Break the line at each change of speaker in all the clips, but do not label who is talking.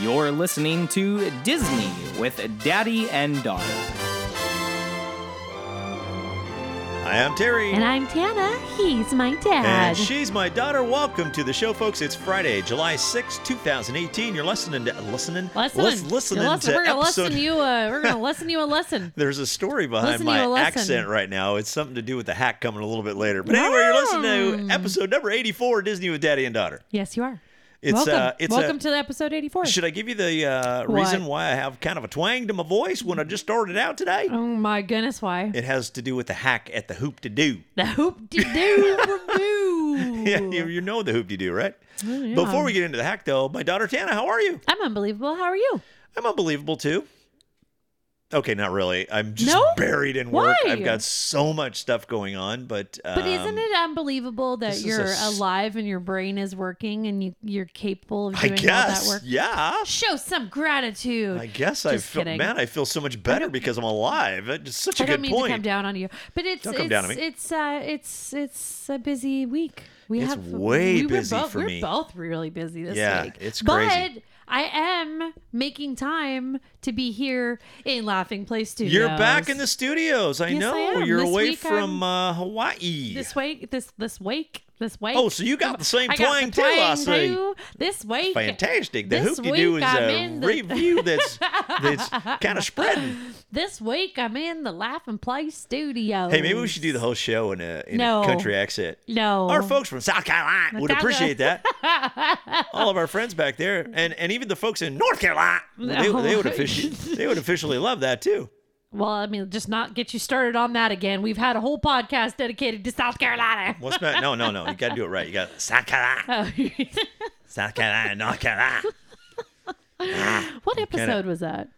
You're listening to Disney with Daddy and Daughter.
I am Terry.
And I'm Tana. He's my dad.
And she's my daughter. Welcome to the show, folks. It's Friday, July sixth, two 2018. You're listening to listening.
Listen,
lis- listening
listen,
to
we're gonna
episode.
listen you. A, we're gonna listen you a lesson.
There's a story behind
Listen to a
my
lesson.
accent right now. It's something to do with the hack coming a little bit later. But anyway, you're listening to episode number 84, Disney with Daddy and Daughter.
Yes, you are.
It's
welcome.
uh, it's
welcome
a,
to episode 84.
Should I give you the uh, reason why I have kind of a twang to my voice when I just started out today?
oh my goodness, why?
It has to do with the hack at the hoop to do.
the hoop de doo Oh,
Yeah, you, you know the hoop to do, right? Before we get into the hack, though, my daughter Tana, how are you?
I'm unbelievable. How are you?
I'm unbelievable too. Okay, not really. I'm just
No?
buried in work.
Why?
I've got so much stuff going on, but um,
But isn't it unbelievable
this
that
is a
you're
s-
alive and your brain is working and you, you're capable of
I
doing all that
guess,
work?
yeah.
Show some gratitude.
I guess I
Just
feel
kidding.
man. I feel so much better because I'm alive. That's just such a
I don't
good
mean
point.
to come down on you, but it's
Don't
it's
come down on me.
it's uh, it's it's a busy week. We
It's
have
way
we were
busy
both,
for
we're
me.
both really busy this
Yeah,
week.
it's
But
crazy.
I am making time to be here in Laughing Place Studios.
You're back in the studios. I
Yes, I
know
am.
you're
This
away
week I'm-
from uh, Hawaii.
this week this this week this week.
Oh, so you got the same
I got
twang
the
too, I
twang
see.
too this week.
Fantastic. The
This
hoop to
week
do is
I'm
a
in the-
review that's that's kind of spreading.
This week I'm in the Laughing Place Studios.
Hey, maybe we should do the whole show in a, in
No.
a country accent.
No.
Our folks from South Carolina would
South
appreciate that. All of our friends back there, and, and even the folks in North Carolina,
No.
they, they would officially they would officially love that too.
Well, I mean, just not get you started on that again. We've had a whole podcast dedicated to South Carolina.
What's that? No, no, no. You got to do it right. You got South Carolina,
Oh,
South Carolina, North Carolina.
what episode was that?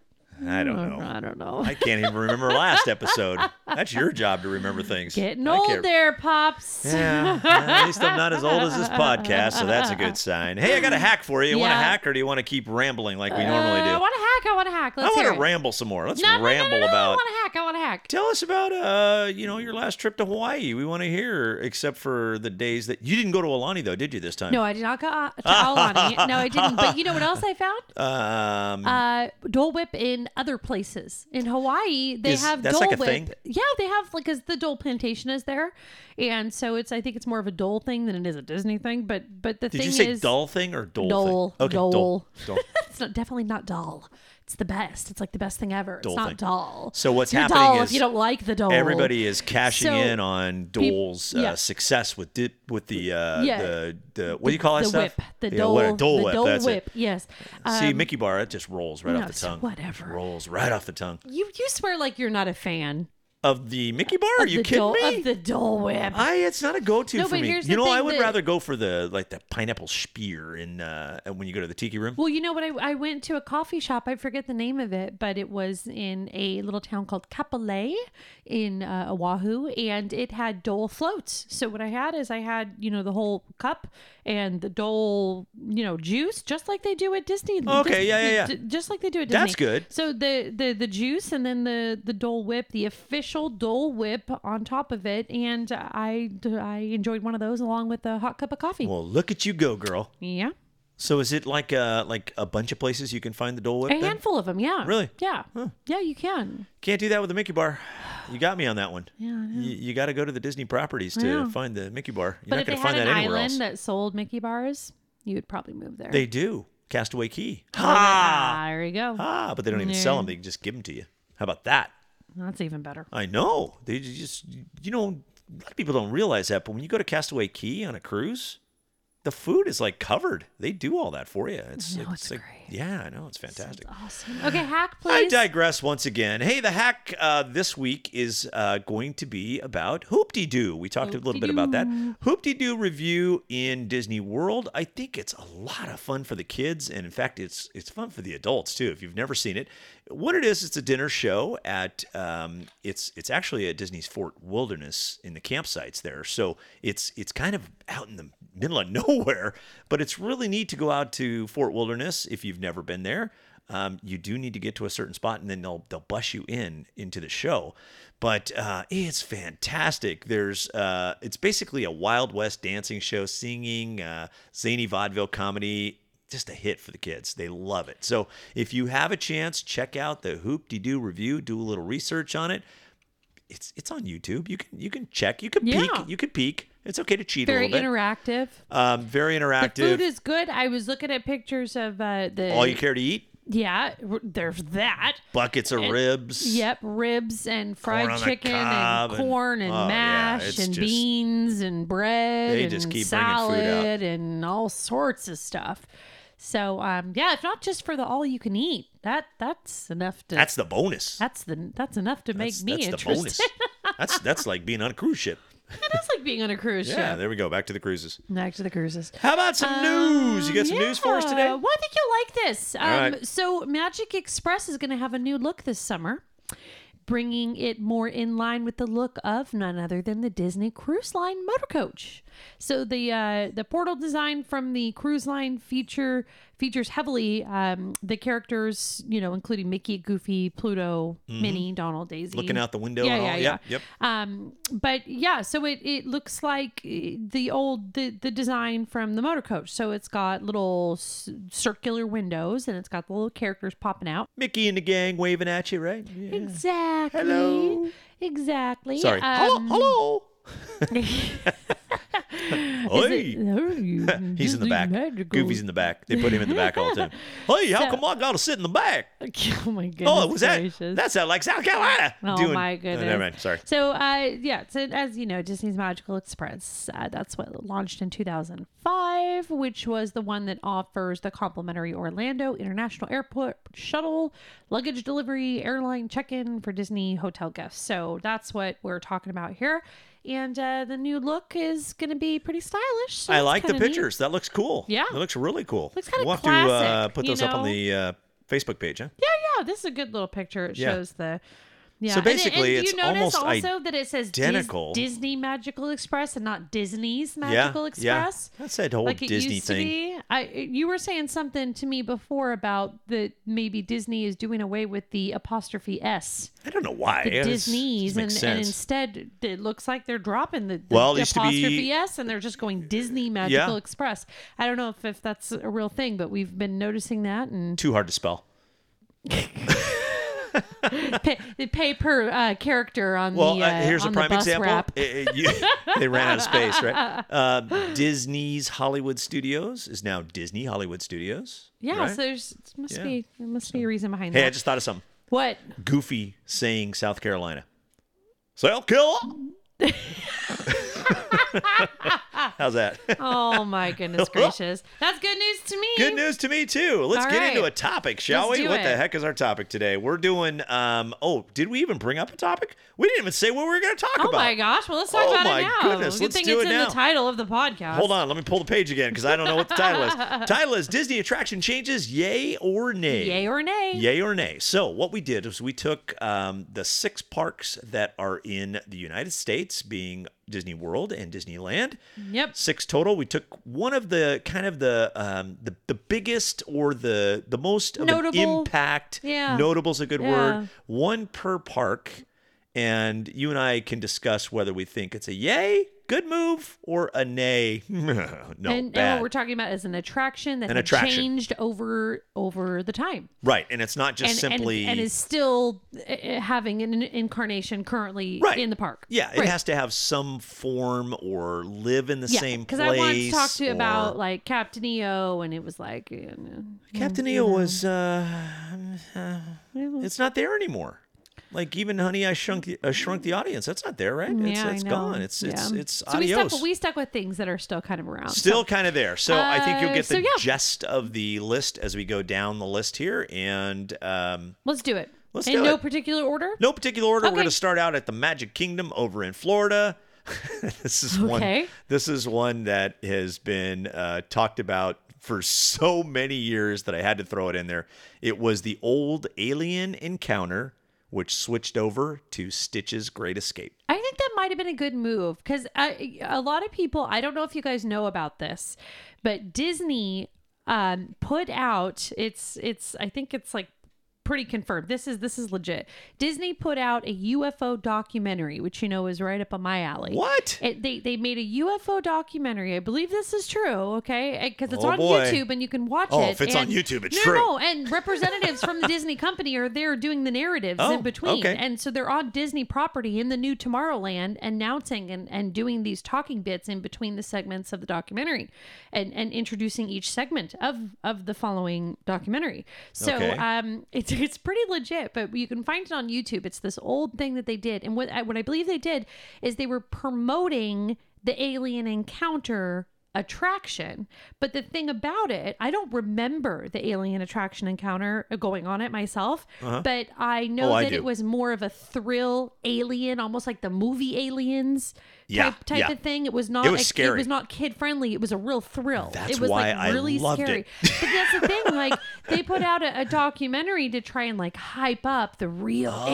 Oh,
I don't
I
know.
don't know.
I can't even remember last episode. That's your job to remember things.
Getting
I
old
can't-
there, pops.
Yeah, at least I'm not as old as this podcast, so that's a good sign. Hey, I got a hack for you. You want a
Yeah.
hack, or do you want to keep rambling like we
Uh,
normally do?
I want to hack. I want to hack. Let's
I
hear
want
it.
to ramble some more. Let's
No, no, no,
ramble
no, no, I
about.
want to hack. I want to hack.
Tell us about uh, you know, your last trip to Hawaii. We want to hear, except for the days that you didn't go to Alani though, did you this time?
No, I did not go out to Aulani. No, I didn't. But you know what else I found?
Um,
Uh, Dole Whip in other places. In Hawaii, they
Is-
have
that's
Dole
like a
Whip.
thing?
Yeah, they have like because the Dole plantation is there, and so it's I think it's more of a Dole thing than it is a Disney thing. But but the
did
thing
you say
is,
dull thing or dole?
Dole,
Thing? Okay, dole.
dole.
dole.
it's not definitely not dull. It's the best. It's like the best thing ever.
Dole
it's not
thing.
dull.
So what's
You're
happening
dull if
is
you don't like the dole.
Everybody is cashing
So,
in on
peop-
Dole's
yeah.
uh, success with di- with the uh,
Yeah.
the the what do you call that
the
stuff?
whip, the
Yeah,
dole,
what, dole
the
whip.
dole
that's
whip.
it.
Yes.
See,
Um,
Mickey Bar, it just rolls right
no,
off the
so
tongue.
whatever.
Rolls right off the tongue
you you swear like you're not a fan.
of the Mickey Bar. Are
of
you
the
kidding
dole,
me?
Of the Dole Whip.
I it's not a go-to
No,
for
but
me.
here's
you
the
know, I
thing
would
that-
rather go for the like the pineapple spear in uh when you go to the tiki room.
Well, you know what? I, I went to a coffee shop. I forget the name of it, but it was in a little town called Kapolei in uh, Oahu, and it had dole floats. So what I had is I had you know the whole cup and the dole you know juice, just like they do at Disney.
Okay,
Dis-
yeah, yeah,
d- Just like they do at Disney.
That's good.
So the the the juice and then the the Dole Whip, the official Dole Whip on top of it, and I I enjoyed one of those along with a hot cup of coffee.
Well, look at you go, girl.
yeah.
So is it like uh like a bunch of places you can find the Dole Whip?
A
then?
handful of them, yeah.
Really?
Yeah. Yeah, you can.
Can't do that with the Mickey Bar. You got me on that one.
Yeah, I know.
You, you got to go to the Disney properties to
Yeah.
find the Mickey Bar. You're
but
not
if they
going to
had
find
an
that anywhere
island uh,
else.
that sold Mickey bars, you would probably move there.
They do. Castaway Key.
ah, there you go.
Ah, but they don't even sell them. They just give them to you. How about that?
That's even better.
I know. They ju- just, you know, a lot of people don't realize that, but when you go to Castaway Key on a cruise, the food is like covered. They do all that for you. It's,
No,
it's,
it's
like,
great.
Yeah, I know. It's fantastic.
Awesome. Okay, hack,
I
please.
digress once again. Hey, the hack uh, this week is uh, going to be about Hoopty Doo. We talked a little bit about that. Hoopty Doo review in Disney World. I think it's a lot of fun for the kids, and in fact, it's it's fun for the adults too. If you've never seen it, what it is, it's a dinner show at um, it's it's actually at Disney's Fort Wilderness in the campsites there. So it's it's kind of out in the middle of nowhere, but it's really neat to go out to Fort Wilderness if you've never been there um, you do need to get to a certain spot and then they'll they'll bus you in into the show but uh, it's fantastic there's uh, it's basically a wild west dancing show singing uh, zany vaudeville comedy just a hit for the kids they love it so if you have a chance check out the hoop de doo review do a little research on it it's it's on youtube you can you can check you can peek
Yeah.
you can peek it's okay to cheat a
Very
little bit
interactive.
um, very interactive
The food is good. I was looking at pictures of uh, the
all you care to eat
yeah. r- There's that.
buckets of
And-
ribs
Yep, ribs and
Corn
fried
on the
chicken
cob
and
and-
corn and
oh, yeah,
mash
it's
and
just-
beans and bread
They
and
just keep bringing food out.
salad and all sorts of stuff. So um, yeah, it's not just for the all you can eat. That that's enough to
That's the bonus.
that's the that's enough to make
That's-
me
that's
interested.
the bonus. that's that's like being on a cruise ship.
it is like being on a cruise
Yeah,
ship.
there we go. Back to the cruises.
Back to the cruises.
How about some news? You got some
Um,
news for us
yeah.
today?
Well, I think you'll like this. Um,
right.
So, Magic Express is going to have a new look this summer, bringing it more in line with the look of none other than the Disney Cruise Line motor coach. So, the uh, the portal design from the cruise line feature features heavily um, the characters, you know, including Mickey, Goofy, Pluto, Minnie, Donald, Daisy,
Mm-hmm. Looking out the window
Yeah,
and all.
yeah,
yep,
yeah.
yep.
um, but yeah, so it, it looks like eh, the old the, the design from the motor coach. So it's got little s- circular windows and it's got the little characters popping out.
Mickey and the gang waving at you, right? Yeah.
Exactly.
Hello.
Exactly.
Sorry.
Um,
hello, hello.
is
Hey.
it- oh, you
He's in the
Disney
back.
magical-
Goofy's in the back. They put him in the back all the time. Hey, how
So-
come I gotta sit in the back?
Oh my goodness.
Oh, was that?
gracious.
That sounded like South Carolina.
Oh
doing-
my
Oh,
goodness!
never mind. Sorry.
So, uh, yeah. So, as you know, Disney's Magical Express. Uh, that's what launched in 2005, which was the one that offers the complimentary Orlando International Airport shuttle, luggage delivery, airline check-in for Disney hotel guests. So that's what we're talking about here. And uh, the new look is going to be pretty stylish. so
I
it's
like the
kinda neat.
pictures. That looks cool.
Yeah.
That looks really cool.
Looks kinda
we'll have to uh,
classic,
put
you
those up on
know?
the uh, Facebook page, huh?
Yeah, yeah. This is a good little picture. It
Yeah.
shows the. Yeah.
So
And- and
basically, it's
do you notice
almost
also that it says Dis-
identical.
Disney Magical Express and not Disney's Magical Express.
Yeah. That's that whole
Like it
Disney
used
thing.
to be. I you were saying something to me before about that maybe Disney is doing away with the apostrophe s,
I don't know why.
the
It's-
Disney's,
it
and,
makes
and
sense.
instead it looks like they're dropping the, the
Well, it used to be-
apostrophe s, and they're just going Disney Magical Express. I don't know if, if that's a real thing, but we've been noticing that and
Too hard to spell.
pay, they pay per uh, character on
Well,
the
uh,
uh,
here's a
on the
prime
bus
example.
wrap.
Eh, eh, you- they ran out of space, right? Uh, Disney's Hollywood Studios is now Disney Hollywood Studios.
Yeah,
right?
so there's it must
Yeah.
be there must be a reason behind
hey,
that.
I just thought of something.
what?
Goofy saying South Carolina. South Carolina. How's that?
Oh my goodness gracious! That's good news to me.
Good news to me too. Let's
All
get into
right.
a topic, shall
Let's
we?
do
What the
it.
heck is our topic today? We're doing. Um, oh, did we even bring up a topic? We didn't even say what we were going to talk
Oh
about.
my gosh! Well, let's talk
Oh
about
my
it now.
goodness,
Good
let's
thing
do
it's
it
in
now.
the title of the podcast.
Hold on, let me pull the page again because I don't know what the title is. title is Disney attraction changes, yay or nay?
Yay or nay?
Yay or nay. So, what we did is we took um, the six parks that are in the United States, being Disney World and Disneyland.
Yep.
Six total. We took one of the kind of the um, the, the biggest or the the most of an
Notable.
impact.
Yeah.
Notable's a good
Yeah.
word. One per park, and you and I can discuss whether we think it's a yay, good move, or a nay. no,
and, and
bad.
what we're talking about is an attraction that
An
had
attraction.
changed over over the time,
right, and it's not just
and, and-
simply
and is still uh, uh, having an incarnation currently
Right.
in the park.
Yeah, it
Right.
has to have some form or live in the same place.
Because I wanted to talk to you
or-
about like Captain EO, and it was like, you know,
Captain EO was. Uh, uh, it's not there anymore. Like even Honey, I Shrunk the, uh, Shrunk the Audience. That's not there, right? It's,
yeah,
has
I know.
gone. It's it's
Yeah.
it's
so We
adios.
stuck, we stuck with things that are still kind of around. So-
Still kind of there. So I think you'll
Uh,
get the
so yeah.
gist of the list as we go down the list here. And um,
Let's do it.
Let's
In
do
no
it.
particular order.
no particular order. We're
Okay.
going to start out at the Magic Kingdom over in Florida. this is one.
Okay.
This is one that has been uh, talked about for so many years that I had to throw it in there. It was the old alien encounter, which switched over to Stitch's Great Escape.
I think that might have been a good move because a lot of people, I don't know if you guys know about this, but Disney um, put out it's it's I think it's like pretty confirmed. This is this is legit. Disney put out a UFO documentary, which you know is right up on my alley.
What?
It, they they made a UFO documentary. I believe this is true. Okay, because it's
Oh,
on
boy.
YouTube and you can watch
Oh,
it.
if it's on
and-
YouTube, it's
no,
true.
No, and representatives from the Disney company are there doing the narratives
Oh,
in between.
okay.
And so they're on Disney property in the new Tomorrowland announcing and, and doing these talking bits in between the segments of the documentary and, and introducing each segment of, of the following documentary. So
Okay.
um, it's, it's pretty legit, but you can find it on YouTube. It's this old thing that they did. And what I, what I believe they did is they were promoting the alien encounter attraction. But the thing about it, I don't remember the alien attraction encounter going on it myself, but I know
Oh, I
that
do.
it was more of a thrill alien, almost like the movie aliens
Yeah,
type, type
yeah.
of thing. It was not
It was
like-
scary.
it was not kid friendly. It was a real thrill.
That's
it was
why I
like really
loved it.
scary. But that's the thing, like they put out a, a documentary to try and like hype up the real alien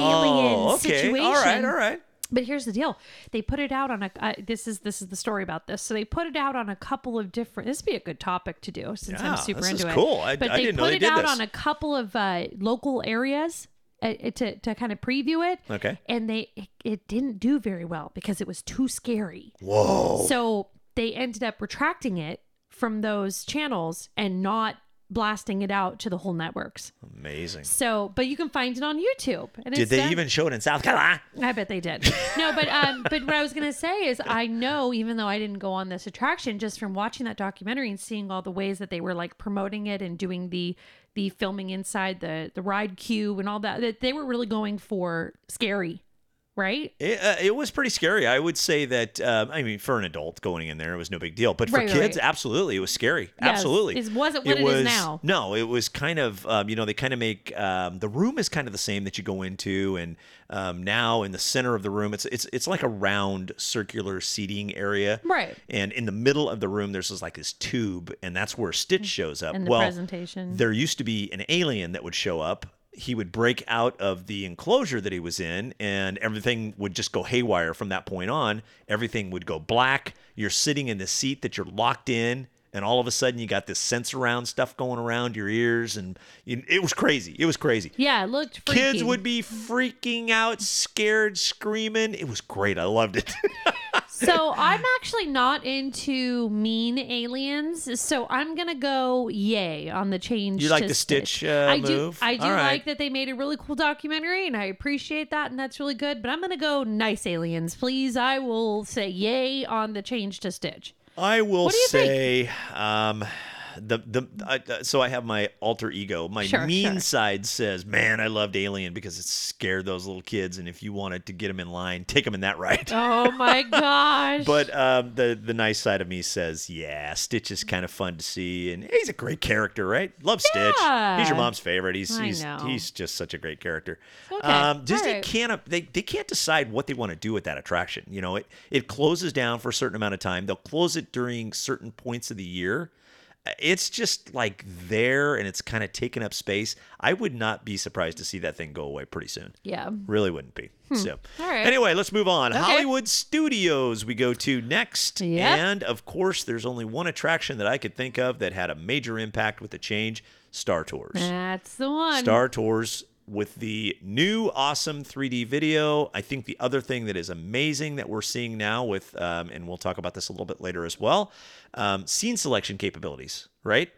oh, okay.
situation.
All right, all right.
But here's the deal: they put it out on a. Uh, this is this is the story about this. So they put it out on a couple of different. This would be a good topic to do since
Yeah,
I'm super
this is
into it.
cool. I-
but
I
they
didn't know
put
they
it
did
out
this.
on a couple of uh, local areas. Uh, to, to kind of preview it
Okay.
and they it, it didn't do very well because it was too scary
Whoa.
so they ended up retracting it from those channels and not blasting it out to the whole networks
Amazing.
so but you can find it on youtube and
Did
it's
they
done-
even show it in South Carolina?
I bet they did. No, but um, but what I was gonna say is I know even though I didn't go on this attraction, just from watching that documentary and seeing all the ways that they were like promoting it and doing the the filming inside the the ride queue and all that, that they were really going for scary, right?
It, uh, it was pretty scary. I would say that. Um, I mean, for an adult going in there, it was no big deal. But for
Right, right,
kids,
right.
absolutely, it was scary.
Yeah,
absolutely,
it wasn't what it is
was,
now.
No, it was kind of. Um, you know, they kind of make um, the room is kind of the same that you go into, and um, now in the center of the room, it's it's it's like a round circular seating area,
Right.
And in the middle of the room, there's this, like this tube, and that's where Stitch shows up.
And the
well,
presentation.
there used to be an alien that would show up. He would break out of the enclosure that he was in, and everything would just go haywire from that point on. Everything would go black. You're sitting in the seat that you're locked in, and all of a sudden, you got this sense around stuff going around your ears, and you- it was crazy. It was crazy.
Yeah, it looked freaky.
Kids would be freaking out, scared, screaming. It was great. I loved it.
So I'm actually not into mean aliens, so I'm gonna go yay on the change.
You like
to
the Stitch, uh,
I do.
move?
I do
All right.
like that they made a really cool documentary, and I appreciate that, and that's really good. But I'm gonna go nice aliens, please. I will say yay on the change to Stitch.
I will
What do you think?
say, um, the the I, uh, so I have my alter ego. My
Sure,
mean
sure.
side says, "Man, I loved Alien because it scared those little kids, and if you wanted to get them in line, take them in that ride."
Oh my gosh!
But um, the the nice side of me says, "Yeah, Stitch is kind of fun to see, and he's a great character, right? Love Stitch. He's your
Yeah.
mom's favorite. He's
I
he's,
know.
he's just such a great character.
Okay,
Um,
all
Disney
right.
can't they they can't decide what they want to do with that attraction. You know, it it closes down for a certain amount of time. They'll close it during certain points of the year. Uh, It's just like there, and it's kind of taking up space. I would not be surprised to see that thing go away pretty soon.
yeah,
Really wouldn't be. So,
Hmm. All right.
anyway, let's move on. Hollywood Studios, we go to next.
Yep.
And of course, there's only one attraction that I could think of that had a major impact with the change Star Tours.
that's the one.
Star Tours with the new awesome 3D video. I think the other thing that is amazing that we're seeing now with, um, and we'll talk about this a little bit later as well, um, scene selection capabilities, right?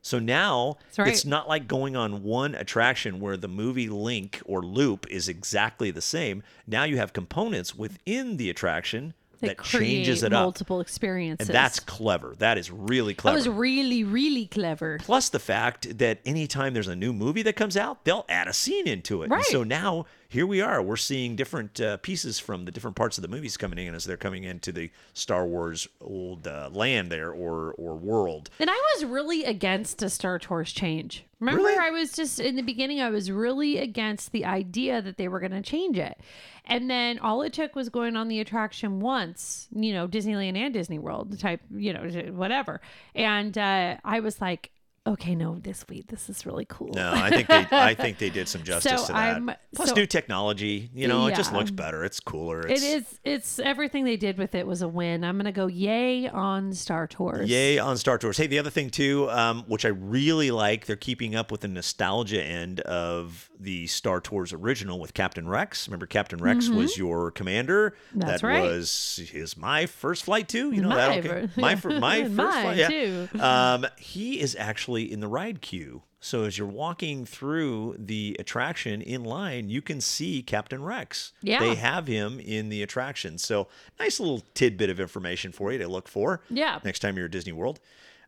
So now
That's right.
it's not like going on one attraction where the movie link or loop is exactly the same. Now you have components within the attraction
They
that changes
create
it up.
multiple experiences.
And that's clever. That is really
that
clever.
was really really clever.
Plus the fact that anytime there's a new movie that comes out, they'll add a scene into it. And
Right.
so now here we are. We're seeing different uh, pieces from the different parts of the movies coming in as they're coming into the Star Wars old uh, land there or or world.
And I was really against a Star Tours change. Remember,
Really?
I was just in the beginning, I was really against the idea that they were going to change it. And then all it took was going on the attraction once, you know, Disneyland and Disney World type, you know, whatever. And uh, I was like, okay, no, this week, this is really cool.
No, Uh, I think they I think they did some justice
So
to that.
I'm-
Plus
so-
new technology, you know, it just
Yeah.
looks better. It's cooler.
It
It's,
is. It's everything they did with it was a win. I'm gonna go yay on Star Tours.
Yay on Star Tours. Hey, the other thing too, um, which I really like, they're keeping up with the nostalgia end of the Star Tours original with Captain Rex. Remember, Captain Rex was your commander.
Mm-hmm. That's
that
right.
was his my first flight too. You know
My
that
ver-
okay. my fir- my first
Mine,
flight. Yeah.
too.
Um, he is actually in the ride queue. So as you're walking through the attraction in line, you can see Captain Rex.
Yeah.
They have him in the attraction. So nice little tidbit of information for you to look for.
Yeah.
Next time you're at Disney World.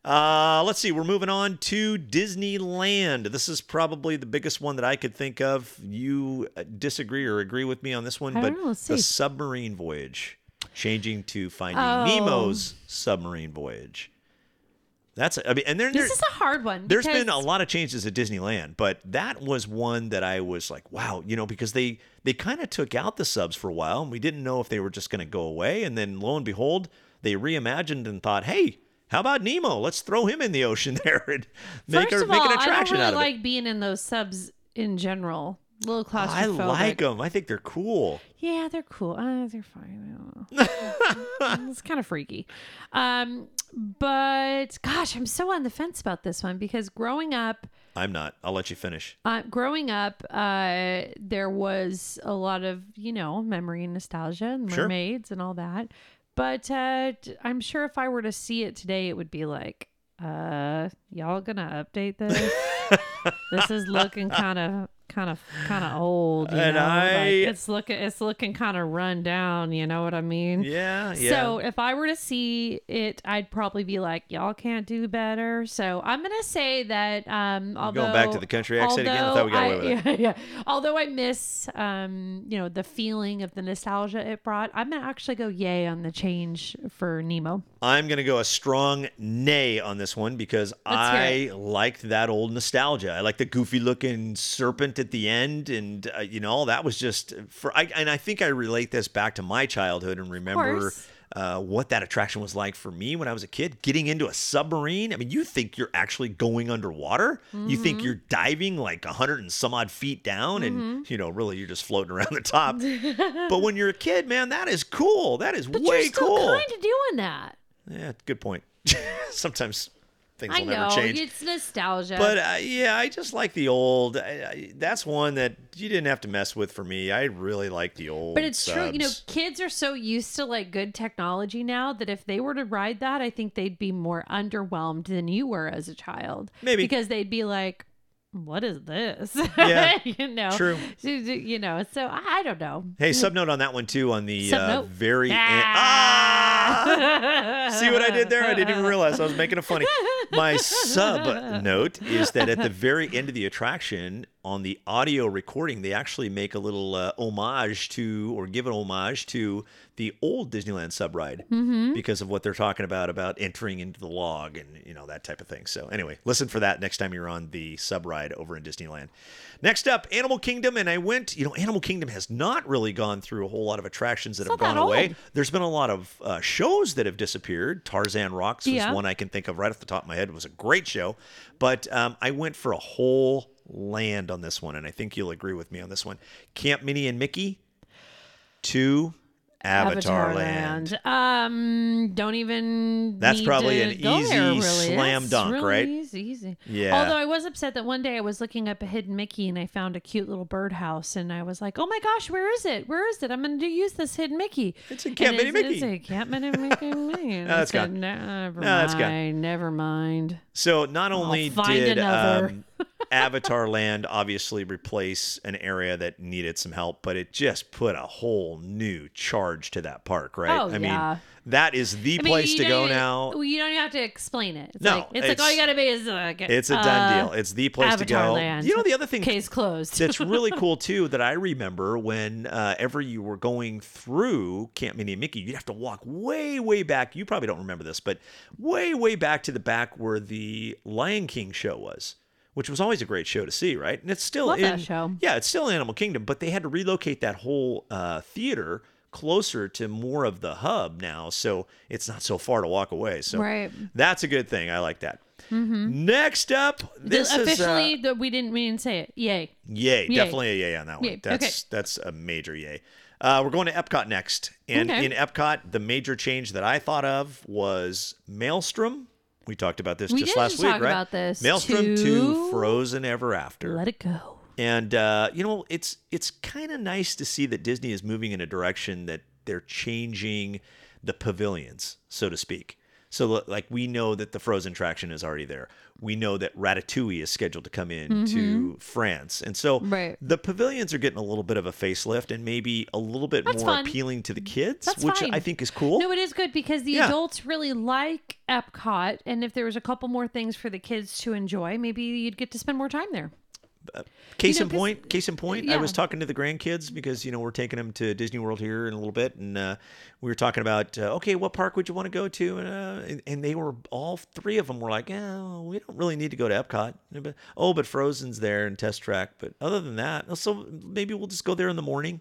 Uh, let's see. We're moving on to Disneyland. This is probably the biggest one that I could think of. You uh, disagree or agree with me on this one,
I
but
don't know. Let's
the
see.
submarine voyage, changing to Finding
Oh.
Nemo's submarine voyage. That's I mean, and there,
This
there-
is a hard one.
there's been a
because-
lot of changes at Disneyland, but that was one that I was like, wow, you know, because they they kind of took out the subs for a while, and we didn't know if they were just going to go away. And then lo and behold, they reimagined and thought, hey, how about Nemo? Let's throw him in the ocean there and make,
First
a,
of
make
all,
an attraction
I don't
out
really
of
like being in those subs in general. A little
it. I
claustrophobic.
like them. I think they're cool.
Yeah, they're cool. Uh, they're fine. I don't know. it's kind of freaky. Um, but gosh, I'm so on the fence about this one because growing up,
I'm not. I'll let you finish.
Uh, growing up, uh, there was a lot of you know memory and nostalgia and
Sure.
mermaids and all that. But uh, t- I'm sure if I were to see it today, it would be like, uh, y'all gonna update this? this is looking kind of, kind of, kind of old. You
And
know,
I-
like, it's looking, it's looking kind of run down. You know what I mean?
Yeah, yeah.
So if I were to see it, I'd probably be like, "Y'all can't do better." So I'm gonna say that. Um, although
going back to the country accent again? I
although
thought we got away with
I, Yeah, yeah. Although I miss, um, you know, the feeling of the nostalgia it brought, I'm gonna actually go yay on the change for Nemo.
I'm going to go a strong nay on this one because
Let's
I
hear
liked that old nostalgia. I like the goofy looking serpent at the end, and uh, you know that was just uh, for. I, and I think I relate this back to my childhood and remember
course.
uh, what that attraction was like for me when I was a kid. Getting into a submarine. I mean, you think you're actually going underwater. You
Mm-hmm.
think you're diving like a hundred and some odd feet down, and you know really you're just floating around the top. but when you're a kid, man, that is cool. That is
But
way
you're still
cool.
kind of doing that.
Yeah, good point. Sometimes things
I
will never
know
change.
it's nostalgia,
but uh, yeah, I just like the old. I, I, that's one that you didn't have to mess with for me. I really like the old.
But it's true, you know,
subs.
kids are so used to like good technology now that if they were to ride that, I think they'd be more underwhelmed than you were as a child.
Maybe.
because they'd be like, "What is this?"
Yeah,
you know,
true.
So, You know, so I I don't know.
Hey, subnote on that one too. On the uh,
Subnote?
very end. Ah! See what I did there? I didn't even realize I was making a funny. My sub note is that at the very end of the attraction, on the audio recording, they actually make a little uh, homage to or give an homage to the old Disneyland sub ride
Mm-hmm.
because of what they're talking about about entering into the log and you know that type of thing. So anyway, listen for that next time you're on the sub ride over in Disneyland. Next up, Animal Kingdom, and I went. You know, Animal Kingdom has not really gone through a whole lot of attractions that have
not
gone
that
away
old.
there's been a lot of uh, shows that have disappeared. Tarzan Rocks was
Yeah.
one I can think of right off the top of my head. It was a great show, but um, I went for a whole land on this one, and I think you'll agree with me on this one. Camp Minnie and Mickey to Avatar, Land.
Um, don't even.
That's
need
probably
to
an
go there,
easy
really.
slam
That's
dunk,
really
right?
Easy, easy.
Yeah.
Although I was upset that one day I was looking up a hidden Mickey and I found a cute little birdhouse and I was like, "Oh my gosh, where is it? Where is it? I'm going to use this hidden Mickey."
It's in
And
Camp Minnie
it's-
Mickey.
It's in Camp Minnie Mickey. Minnie.
No, that's
I said,
gone.
Never
No, that's gone.
mind. Never mind.
So not only
find
did
another.
um, Avatar Land obviously replace an area that needed some help, but it just put a whole new charge to that park, right?
Oh,
I
yeah.
mean, that is the
I mean,
place
you
to
don't
go
even-
now.
well, You don't have to explain it. It's
No,
like, it's, like all
it's-
you gotta be is like, uh,
It's a done deal. It's the place
Avatar
to go.
Land.
You know the other thing
Case closed.
that's really cool too that I remember when uh, ever you were going through Camp Minnie and Mickey, you'd have to walk way, way back. You probably don't remember this, but way, way back to the back where the Lion King show was, which was always a great show to see, right? And it's still
Love
in
that show.
yeah, it's still in Animal Kingdom, but they had to relocate that whole uh, theater closer to more of the hub now, so it's not so far to walk away. So
Right. Mm-hmm.
that's a good thing. I like that. Next up, this
The-
is uh,
officially that we didn't we didn't say it. Yay.
Yay,
Yay.
definitely a yay on that one.
Yay, okay.
That's that's a major yay. Uh, we're going to Epcot next, and
Okay.
in Epcot, the major change that I thought of was Maelstrom. We talked about this
We
just
did
last
talk
week, right?
about this.
Maelstrom
To-
Frozen Ever After,
Let it go.
and uh, you know it's it's kind of nice to see that Disney is moving in a direction that they're changing the pavilions, so to speak. So li- like we know that the Frozen attraction is already there. We know that Ratatouille is scheduled to come in to France, and so
Mm-hmm. Right.
the pavilions are getting a little bit of a facelift and maybe a little bit
That's
more
fun.
appealing to the kids,
That's
which
fine.
I think is cool.
No, it is good because the
Yeah.
adults really like Epcot, and if there was a couple more things for the kids to enjoy, maybe you'd get to spend more time there.
Case
You know,
in
'cause-
point, case in point, I
yeah.
was talking to the grandkids because you know we're taking them to Disney World here in a little bit, and uh, we were talking about uh, okay, what park would you want to go to, and, uh, and and they were all three of them were like, oh, we don't really need to go to Epcot, And but- oh, but Frozen's there and Test Track, but other than that, uh, so maybe we'll just go there in the morning,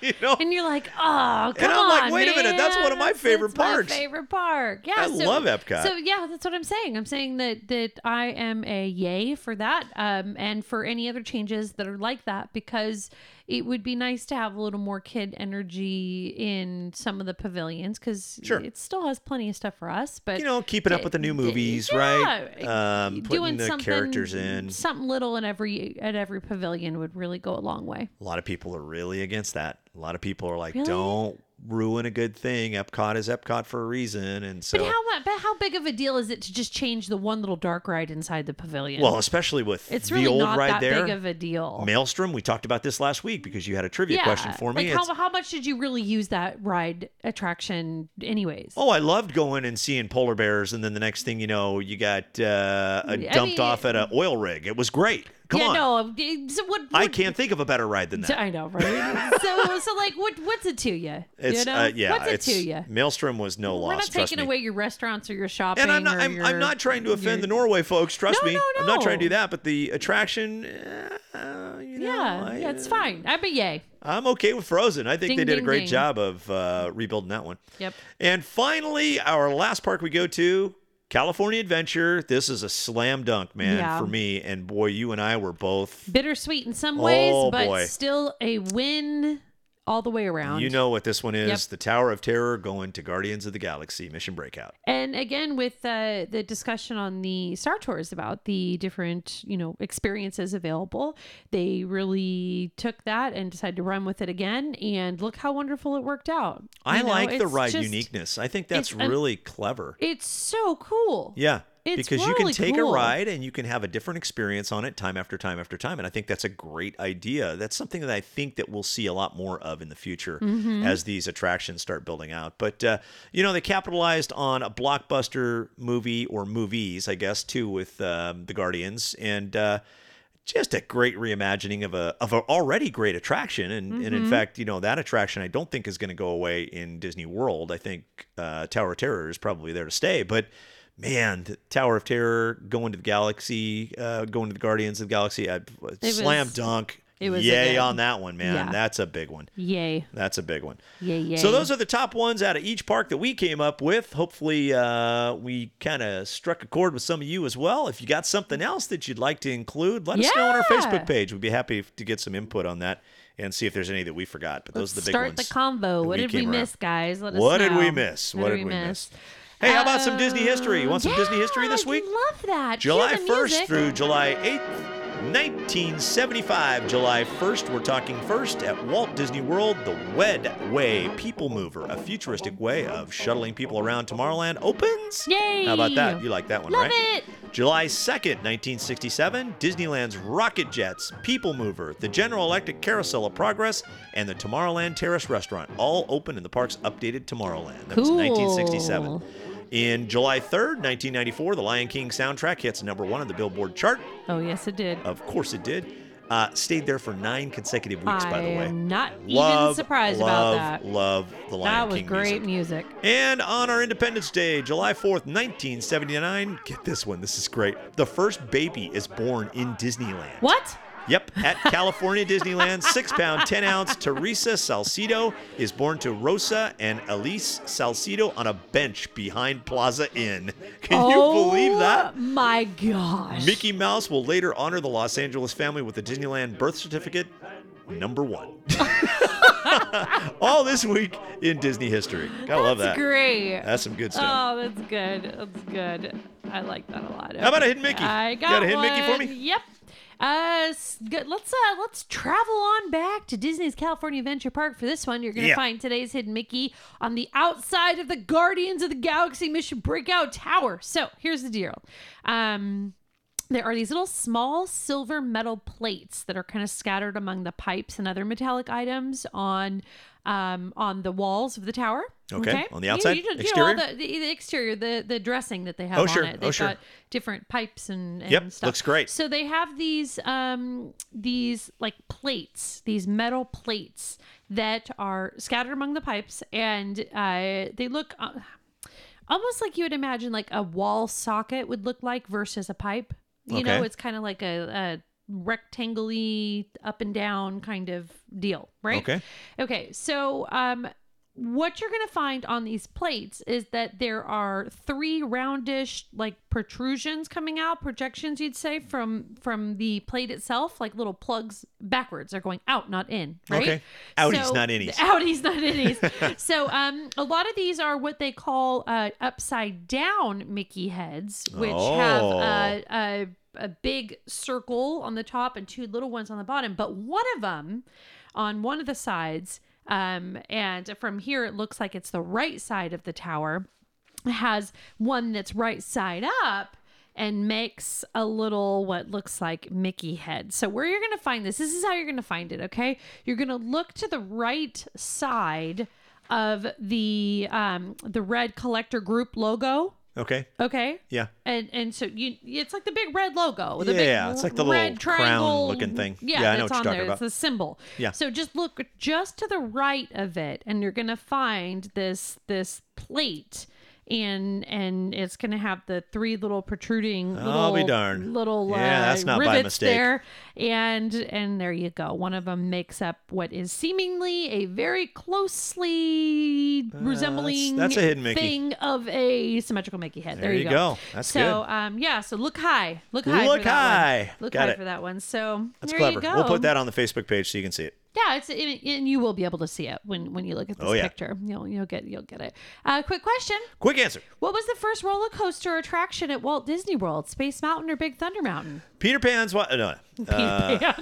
you know.
And you're like, oh, come
And I'm like,
on,
wait a minute, that's one of
man.
my
That's-
favorite
that's my
parks.
favorite park. Yeah,
I
so-
love Epcot.
So yeah, that's what I'm saying. I'm saying that that I am a yay for that, um, and for any other changes that are like that, because it would be nice to have a little more kid energy in some of the pavilions, because
Sure.
it still has plenty of stuff for us. But
you know, keeping up with the new movies, right?
yeah,
Um, putting the characters in.
uh, something little in every at every pavilion would really go a long way.
A lot of people are really against that. A lot of people are like,
Really?
don't ruin a good thing. Epcot is Epcot for a reason. And so,
But how mu- but how big of a deal is it to just change the one little dark ride inside the pavilion?
well, especially with
it's
the
really
old
not
ride
that
there,
big of a deal.
Maelstrom, we talked about this last week because you had a trivia
yeah.
question for me.
Like how,
It's-
how much did you really use that ride attraction, anyways?
Oh, I loved going and seeing polar bears, and then the next thing you know, you got uh, uh,
I
dumped
mean-
off at an oil rig. It was great. Come
yeah,
on,
no. it- So what,
I
what-
can't think of a better ride than that.
I know, right? so, so like, what, what's it to you?
It's
you know,
uh, yeah,
what's it
it's
to you?
Maelstrom was no
We're
loss.
not
trust
taking
me.
away your restaurants or your shopping.
And I'm not,
or
I'm, I'm
your-
not trying to offend
your-
the Norway folks. Trust
No,
me,
no,
I'm not trying to do
no.
that. But the attraction, uh, you know,
Yeah,
I, uh,
yeah, it's fine. I'm a yay.
I'm okay with Frozen. I think they
Ding,
did a
ding,
great
ding.
job of uh, rebuilding that one.
Yep.
And finally, our last park we go to, California Adventure. This is a slam dunk, man,
Yeah.
for me. And boy, you and I were both.
bittersweet in some ways,
Oh,
but
boy.
still a win all the way around.
You know what this one is?
Yep.
The Tower of Terror going to Guardians of the Galaxy Mission Breakout.
and again with uh, the discussion on the Star Tours about the different you know experiences available, they really took that and decided to run with it again. And look how wonderful it worked out.
I
You know,
like the
it's
ride
just-
uniqueness. I think that's
it's- um,
really clever.
It's so cool.
Yeah.
It's
because you can
really
take a
cool.
ride and you can have a different experience on it time after time after time and I think that's a great idea. That's something that I think that we'll see a lot more of in the future
Mm-hmm.
as these attractions start building out. But uh, you know, they capitalized on a blockbuster movie or movies, I guess, too with um, the Guardians and uh just a great reimagining of a of an already great attraction, and and
Mm-hmm.
in fact, you know that attraction I don't think is going to go away in Disney World. I think uh, Tower of Terror is probably there to stay, but man, the Tower of Terror going to the Galaxy, uh, going to the Guardians of the Galaxy, I, slam
was-
dunk,
it was a
yay
good-
on that one, man.
Yeah.
That's a big one.
Yay.
That's a big one.
Yay, yay.
So those are the top ones out of each park that we came up with. Hopefully, uh, we kind of struck a chord with some of you as well. If you got something else that you'd like to include, let us know on our
Yeah.
Facebook page. We'd be happy to get some input on that and see if there's any that we forgot. But those are the big
Start
ones.
the combo.
that
What
we
did we
came around.
miss, guys? Let us
What did we
know.
miss? What did we miss? Hey, how about some Disney history? You want some Disney history
Uh, Um, Yeah,
this
I
week?
Love that. Cue
July
the
1st
music.
through July 8th. 1975, July 1st. We're talking first at Walt Disney World, the Wed Way People Mover, a futuristic way of shuttling people around Tomorrowland, opens.
Yay!
How about that? You like that one,
Love
right?
it.
July 2nd, 1967, Disneyland's Rocket Jets, People Mover, the General Electric Carousel of Progress, and the Tomorrowland Terrace Restaurant all open in the park's updated Tomorrowland. That was 1967.
Cool.
In July 3rd, 1994, the Lion King soundtrack hits number one on the Billboard chart.
Oh yes, it did.
Of course it did. Uh, stayed there for nine consecutive weeks,
I
by the way.
am not even
love,
surprised
love,
about that.
Love the Lion
that was
King
great
music.
music.
And on our Independence Day, July 4th, 1979, get this one, this is great. The first baby is born in Disneyland.
What?
Yep, at California Disneyland, six pound, 10 ounce Teresa Salcido is born to Rosa and Elise Salcido on a bench behind Plaza Inn. Can you
oh,
believe that?
My gosh.
Mickey Mouse will later honor the Los Angeles family with the Disneyland birth certificate number one. All this week in Disney history. Gotta love that.
That's great.
That's some good stuff.
Oh, that's good. That's good. I like that a lot.
How about a
Okay.
hidden Mickey?
I
You
got,
got a hidden Mickey for
one.
me?
Yep. Uh, s- good. let's uh, let's travel on back to Disney's California Adventure Park for this one. You're gonna
Yeah.
find today's hidden Mickey on the outside of the Guardians of the Galaxy Mission Breakout Tower. So here's the deal. Um, there are these little small silver metal plates that are kind of scattered among the pipes and other metallic items on um, on the walls of the tower.
Okay, on the
You-
outside?
you, just- you know, all
Exterior?
the, the, the exterior, the the dressing that they have
Oh,
on
sure.
it.
Oh,
They've
sure.
got different pipes and, and
Yep,
stuff.
looks great.
So they have these um these like plates, these metal plates that are scattered among the pipes, and uh, they look. Uh, almost like you would imagine like a wall socket would look like versus a pipe. You know,
Okay.
it's kind of like a, a rectangle up and down kind of deal, right?
Okay.
Okay. So, um, what you're going to find on these plates is that there are three roundish like protrusions coming out projections you'd say from from the plate itself like little plugs backwards they're going out not in right
Okay. Outies,
So-
not innies.
outies not innies so um a lot of these are what they call uh upside down mickey heads which have
Oh.
uh, a a big circle on the top and two little ones on the bottom but one of them on one of the sides um and from here it looks like it's the right side of the tower has one that's right side up and makes a little what looks like Mickey head. So where you're going to find this, this is how you're going to find it, okay? You're going to look to the right side of the um the red collector group logo,
Okay.
okay?
Yeah.
And and so you it's like the big red logo. The
Yeah,
big
yeah, it's like the
red
little crown
triangle
looking thing.
Yeah,
Yeah, I know what
that's
you're
on
talking
there.
about.
It's the symbol.
Yeah.
So just look just to the right of it, and you're gonna find this this plate. And and it's gonna have the three little protruding little
I'll be darned.
little
Yeah,
uh,
that's not by
rivets
mistake.
there, and and there you go. One of them makes up what is seemingly a very closely resembling
Uh, that's a hidden Mickey.
thing of a symmetrical Mickey head. There,
There
you
you
go.
go. That's
so, um, yeah. So look high. Look high.
Look
for that
high.
One. Look
Got
high
it.
for that one. So
That's
there
clever.
you go.
We'll put that on the Facebook page so you can see it.
Yeah, it's and- and you will be able to see it when when you look at this
Oh, yeah.
picture. You'll you'll get you'll get it. Uh, quick question:
Quick answer.
What was the first roller coaster attraction at Walt Disney World? Space Mountain or Big Thunder Mountain?
Peter Pan's what? No. Uh,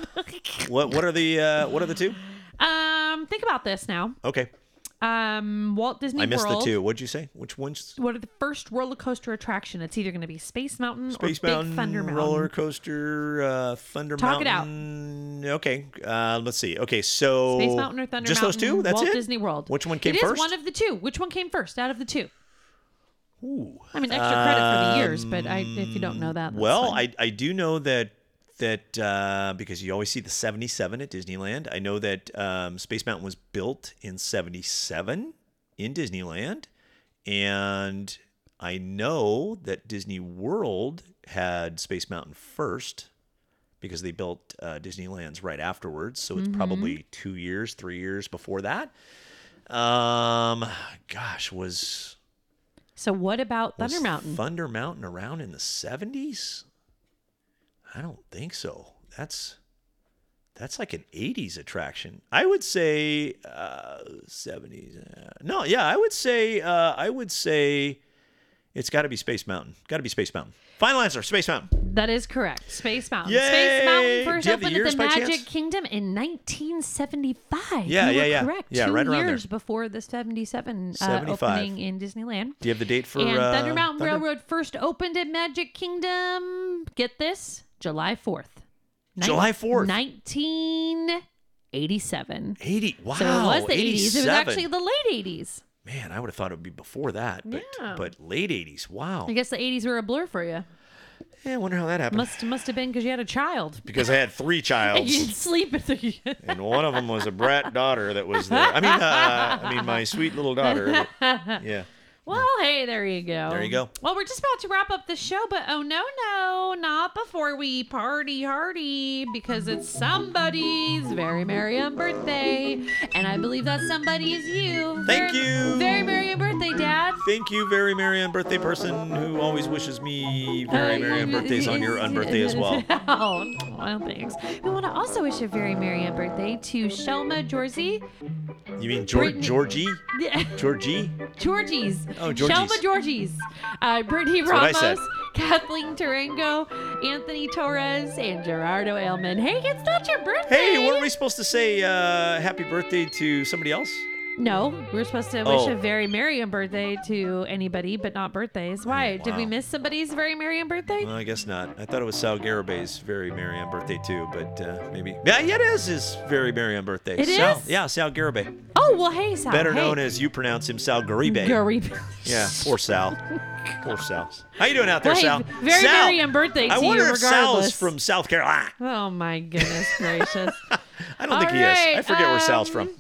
what? What are the? Uh, what are the two?
um, think about this now.
Okay.
Um, Walt Disney
I missed
World.
the two. What'd you say? Which one's?
What are the first roller coaster attraction? It's either going to be Space Mountain
Space
or
Mountain,
Big Thunder Mountain.
roller coaster, uh, Thunder
Talk it out.
Mountain. Okay, uh, let's see. Okay, so
Space Mountain or Thunder
just
Mountain?
those two. That's
Walt
it.
Disney World.
Which one came
It
first?
is one of the two. Which one came first out of the two? Ooh. I mean, extra credit for the years, but I, if you don't know that, that's
Well,
fine.
I, I do know that that uh, because you always see the 77 at Disneyland. I know that um, Space Mountain was built in 77 in Disneyland, and I know that Disney World had Space Mountain first because they built uh, Disneyland's right afterwards. So it's probably two years, three years before that. Um, gosh, was
so what about
was
Thunder Mountain?
Thunder Mountain around in the 70s? I don't think so. That's that's like an 80s attraction. I would say uh 70s. uh, no, yeah, I would say uh I would say it's got to be Space Mountain. Got to be Space Mountain. Final answer, Space Mountain.
That is correct. Space Mountain.
Yay!
Space Mountain first
Do you have the
opened
years
at the
by
Magic
chance?
Kingdom in 1975.
Yeah,
You
yeah,
were
yeah.
Correct.
Yeah,
Two
right around there.
years before the 77 uh,
75.
opening in Disneyland.
Do you have the date for
and
uh,
Thunder Mountain
Thunder?
Railroad first opened at Magic Kingdom. Get this, July 4th. Nin-
July 4th.
1987.
80. Wow.
So it was the 80s. It was
87.
actually the late 80s.
Man, I would have thought it would be before that, but
Yeah.
but late 80s. Wow.
I guess the 80s were a blur for you.
Yeah, I wonder how that happened.
Must must have been because you had a child.
because I had three
And you
childs,
didn't sleep at the.
and one of them was a brat daughter that was there. I mean, uh, I mean, my sweet little daughter. that- yeah.
Well, hey, there you go.
There you go.
Well, we're just about to wrap up the show, but oh no, no, not before we party hardy because it's somebody's very merry um, birthday, and I believe that somebody is you.
Thank
Very-
you.
Very merry um, birthday, Dad.
Thank you, very merry and birthday person who always wishes me very merry and birthdays on your unbirthday as well.
oh, well, thanks. We want to also wish a very merry um, birthday to Shelma Jorsey.
You mean Geor-
Brittany-
Georgie? Georgie?
Georgie's.
Oh, Georgie's.
Shelma Georgie's. Uh, Brittany
what I
Ramos,
said.
Kathleen Tarango, Anthony Torres, and Gerardo Ailman. Hey, it's not your birthday.
Hey, weren't we supposed to say uh, happy birthday to somebody else?
No, we are supposed to wish
Oh.
a very merry um, birthday to anybody, but not birthdays. Why? Did we
Oh, wow.
miss somebody's very merry um, birthday?
Well, I guess not. I thought it was Sal Garabay's very merry on birthday too, but uh, maybe. Yeah, yeah, it is his very merry on birthday.
It
Sal,
is?
Yeah, Sal Garibay.
oh, well, hey, Sal.
Better
hey.
known as you pronounce him Sal Garibay.
Garibe.
yeah, poor Sal. poor Sal. How you doing out there,
Well, hey,
Sal?
very
Sal,
merry on birthday
I
to you,
wonder if Sal is
regardless.
from South Carolina.
Oh, my goodness gracious.
I don't think
All
he is. I
right,
forget where Sal's
um,
from.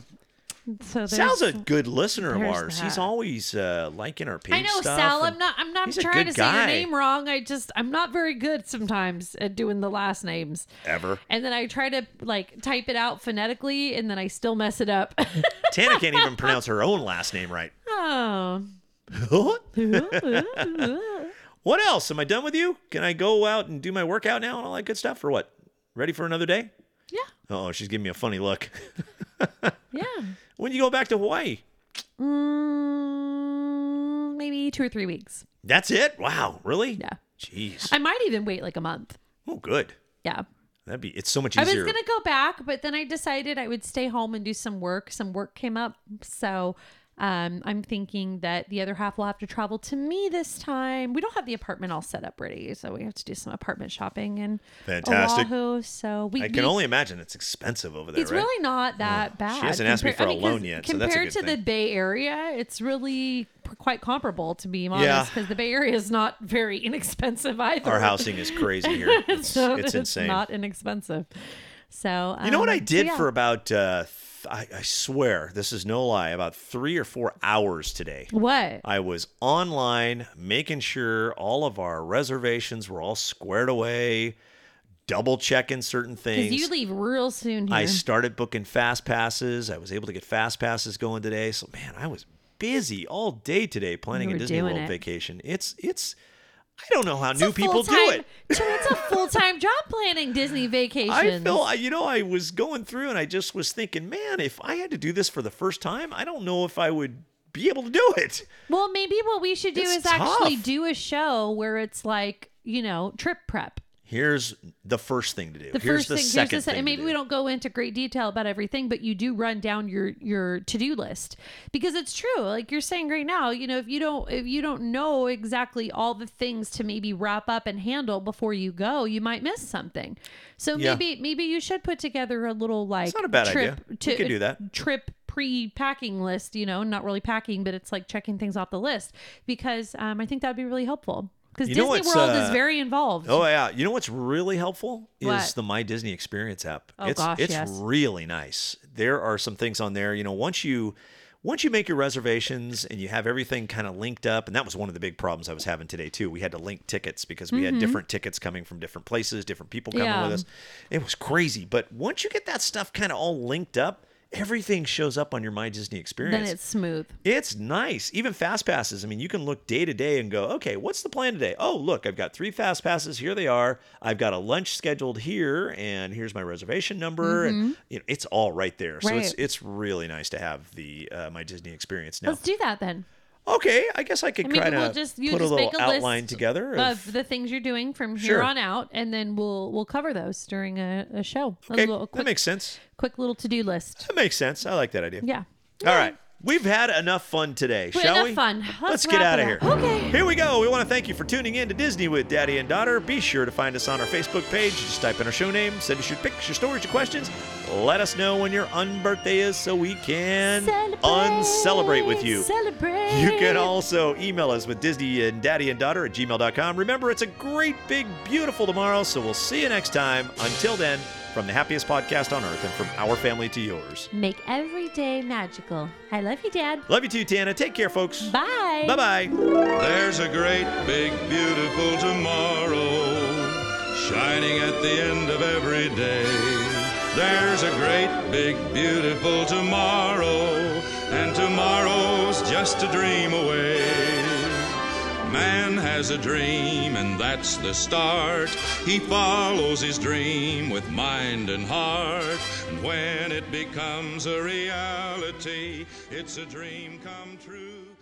So there's-
Sal's a good listener of
there's
ours. He's
that.
always uh, liking our page
I know,
stuff
Sal.
and-
I'm not. I'm not
he's a
trying
good
to
guy.
say your name wrong. I just. I'm not very good sometimes at doing the last names.
Ever.
And then I try to like type it out phonetically, and then I still mess it up.
Tana can't even pronounce her own last name right.
oh.
What else? Am I done with you? Can I go out and do my workout now and all that good stuff, or what? Ready for another day?
Yeah.
Oh, she's giving me a funny look.
Yeah.
when you go back to Hawaii?
Mm, maybe two or three weeks.
That's it? Wow, really?
Yeah.
Jeez.
I might even wait like a month.
oh, good.
Yeah.
That'd be. It's so much
I was
easier.
gonna go back, but then I decided I would stay home and do some work. Some work came up, so um, I'm thinking that the other half will have to travel to me this time. We don't have the apartment all set up ready, so we have to do some apartment shopping and
Fantastic.
Oahu. So we
I can
we-
only imagine it's expensive over there,
It's
right?
really not that bad.
hasn't asked me for a
I 'cause
loan yet, so that's a
Compared
good
to
thing.
the Bay Area, it's really p- quite comparable, to be
Yeah.
honest, because the Bay Area is not very inexpensive either.
Our housing is crazy here. It's,
so
it's insane.
Not inexpensive. So
You know what
um,
I
so
did
yeah.
for about, uh, th- I, I swear, this is no lie, about three or four hours today.
What?
I was online making sure all of our reservations were all squared away, double checking certain things.
Because you leave real soon here.
I started booking fast passes. I was able to get fast passes going today. So man, I was busy all day today planning
You
a
were
Disney
doing
World
it.
vacation. It's it's I don't know how
It's
new
a
people do
full-time-
it.
Joe, it's a full time job planning Disney vacations.
I feel I- you know I was going through and I just was thinking, man, if I had to do this for the first time, I don't know if I would be able to do it.
Well, maybe what we should do
It's
is actually
tough.
do a show where it's like, you know, trip prep.
Here's the first thing to do.
the
here's
first
the
thing,
second
here's the
thing.
se-
to
and maybe
do.
we don't go into great detail about everything, but you do run down your your to do list because it's true. Like you're saying right now, you know, if you don't if you don't know exactly all the things to maybe wrap up and handle before you go, you might miss something. So
Yeah.
maybe maybe you should put together a little like
not a bad
trip
idea.
To,
We could do that.
trip pre-packing list. You know, not really packing, but it's like checking things off the list because um, I think that would be really helpful. Because
You know
Disney
what's,
World is
uh,
very involved.
Oh yeah, you know what's really helpful is
What?
the My Disney Experience app.
Oh,
it's
gosh,
it's
yes.
really nice. There are some things on there. You know, once you once you make your reservations and you have everything kind of linked up, and that was one of the big problems I was having today too. We had to link tickets because we had different tickets coming from different places, different people coming
Mm-hmm. Yeah.
with us. It was crazy. But once you get that stuff kind of all linked up, everything shows up on your My Disney Experience.
then it's smooth.
It's nice. Even fast passes. I mean, you can look day to day and go, okay, what's the plan today? Oh, look, I've got three fast passes. Here they are. I've got a lunch scheduled here, and here's my reservation number. And you know, it's all right there. So it's
Mm-hmm. Right.
it's really nice to have the uh, my Disney experience now.
Let's do that then.
okay, I guess I could
I mean,
try
we'll
to
just you
put
just
a
make
little
a
outline
list
together
of, the things you're doing from here
Sure.
on out, and then we'll we'll cover those during a, a show. A
okay,
little- a
that
quick,
makes sense.
quick little to do list.
That makes sense. I like that idea.
Yeah.
All right. We've had enough fun today,
We had
shall
enough
we?
fun. Let's
get
wrap
out of here.
it up. Okay.
Here we go. We want to thank you for tuning in to Disney with Daddy and Daughter. Be sure to find us on our Facebook page. Just type in our show name, send us your pics, your stories, your questions. Let us know when your unbirthday is so we can uncelebrate with you.
Celebrate.
You can also email us with Disney and Daddy and Daughter at gmail.com. Remember, it's a great, big, beautiful tomorrow, so we'll see you next time. Until then, from the happiest podcast on earth and from our family to yours.
make every day magical. I love you, Dad.
Love you too, Tana. Take care, folks.
Bye.
Bye bye.
There's a great big beautiful tomorrow shining at the end of every day. There's a great big beautiful tomorrow, and tomorrow's just a dream away. Man has a dream, and that's the start. He follows his dream with mind and heart. And when it becomes a reality, it's a dream come true.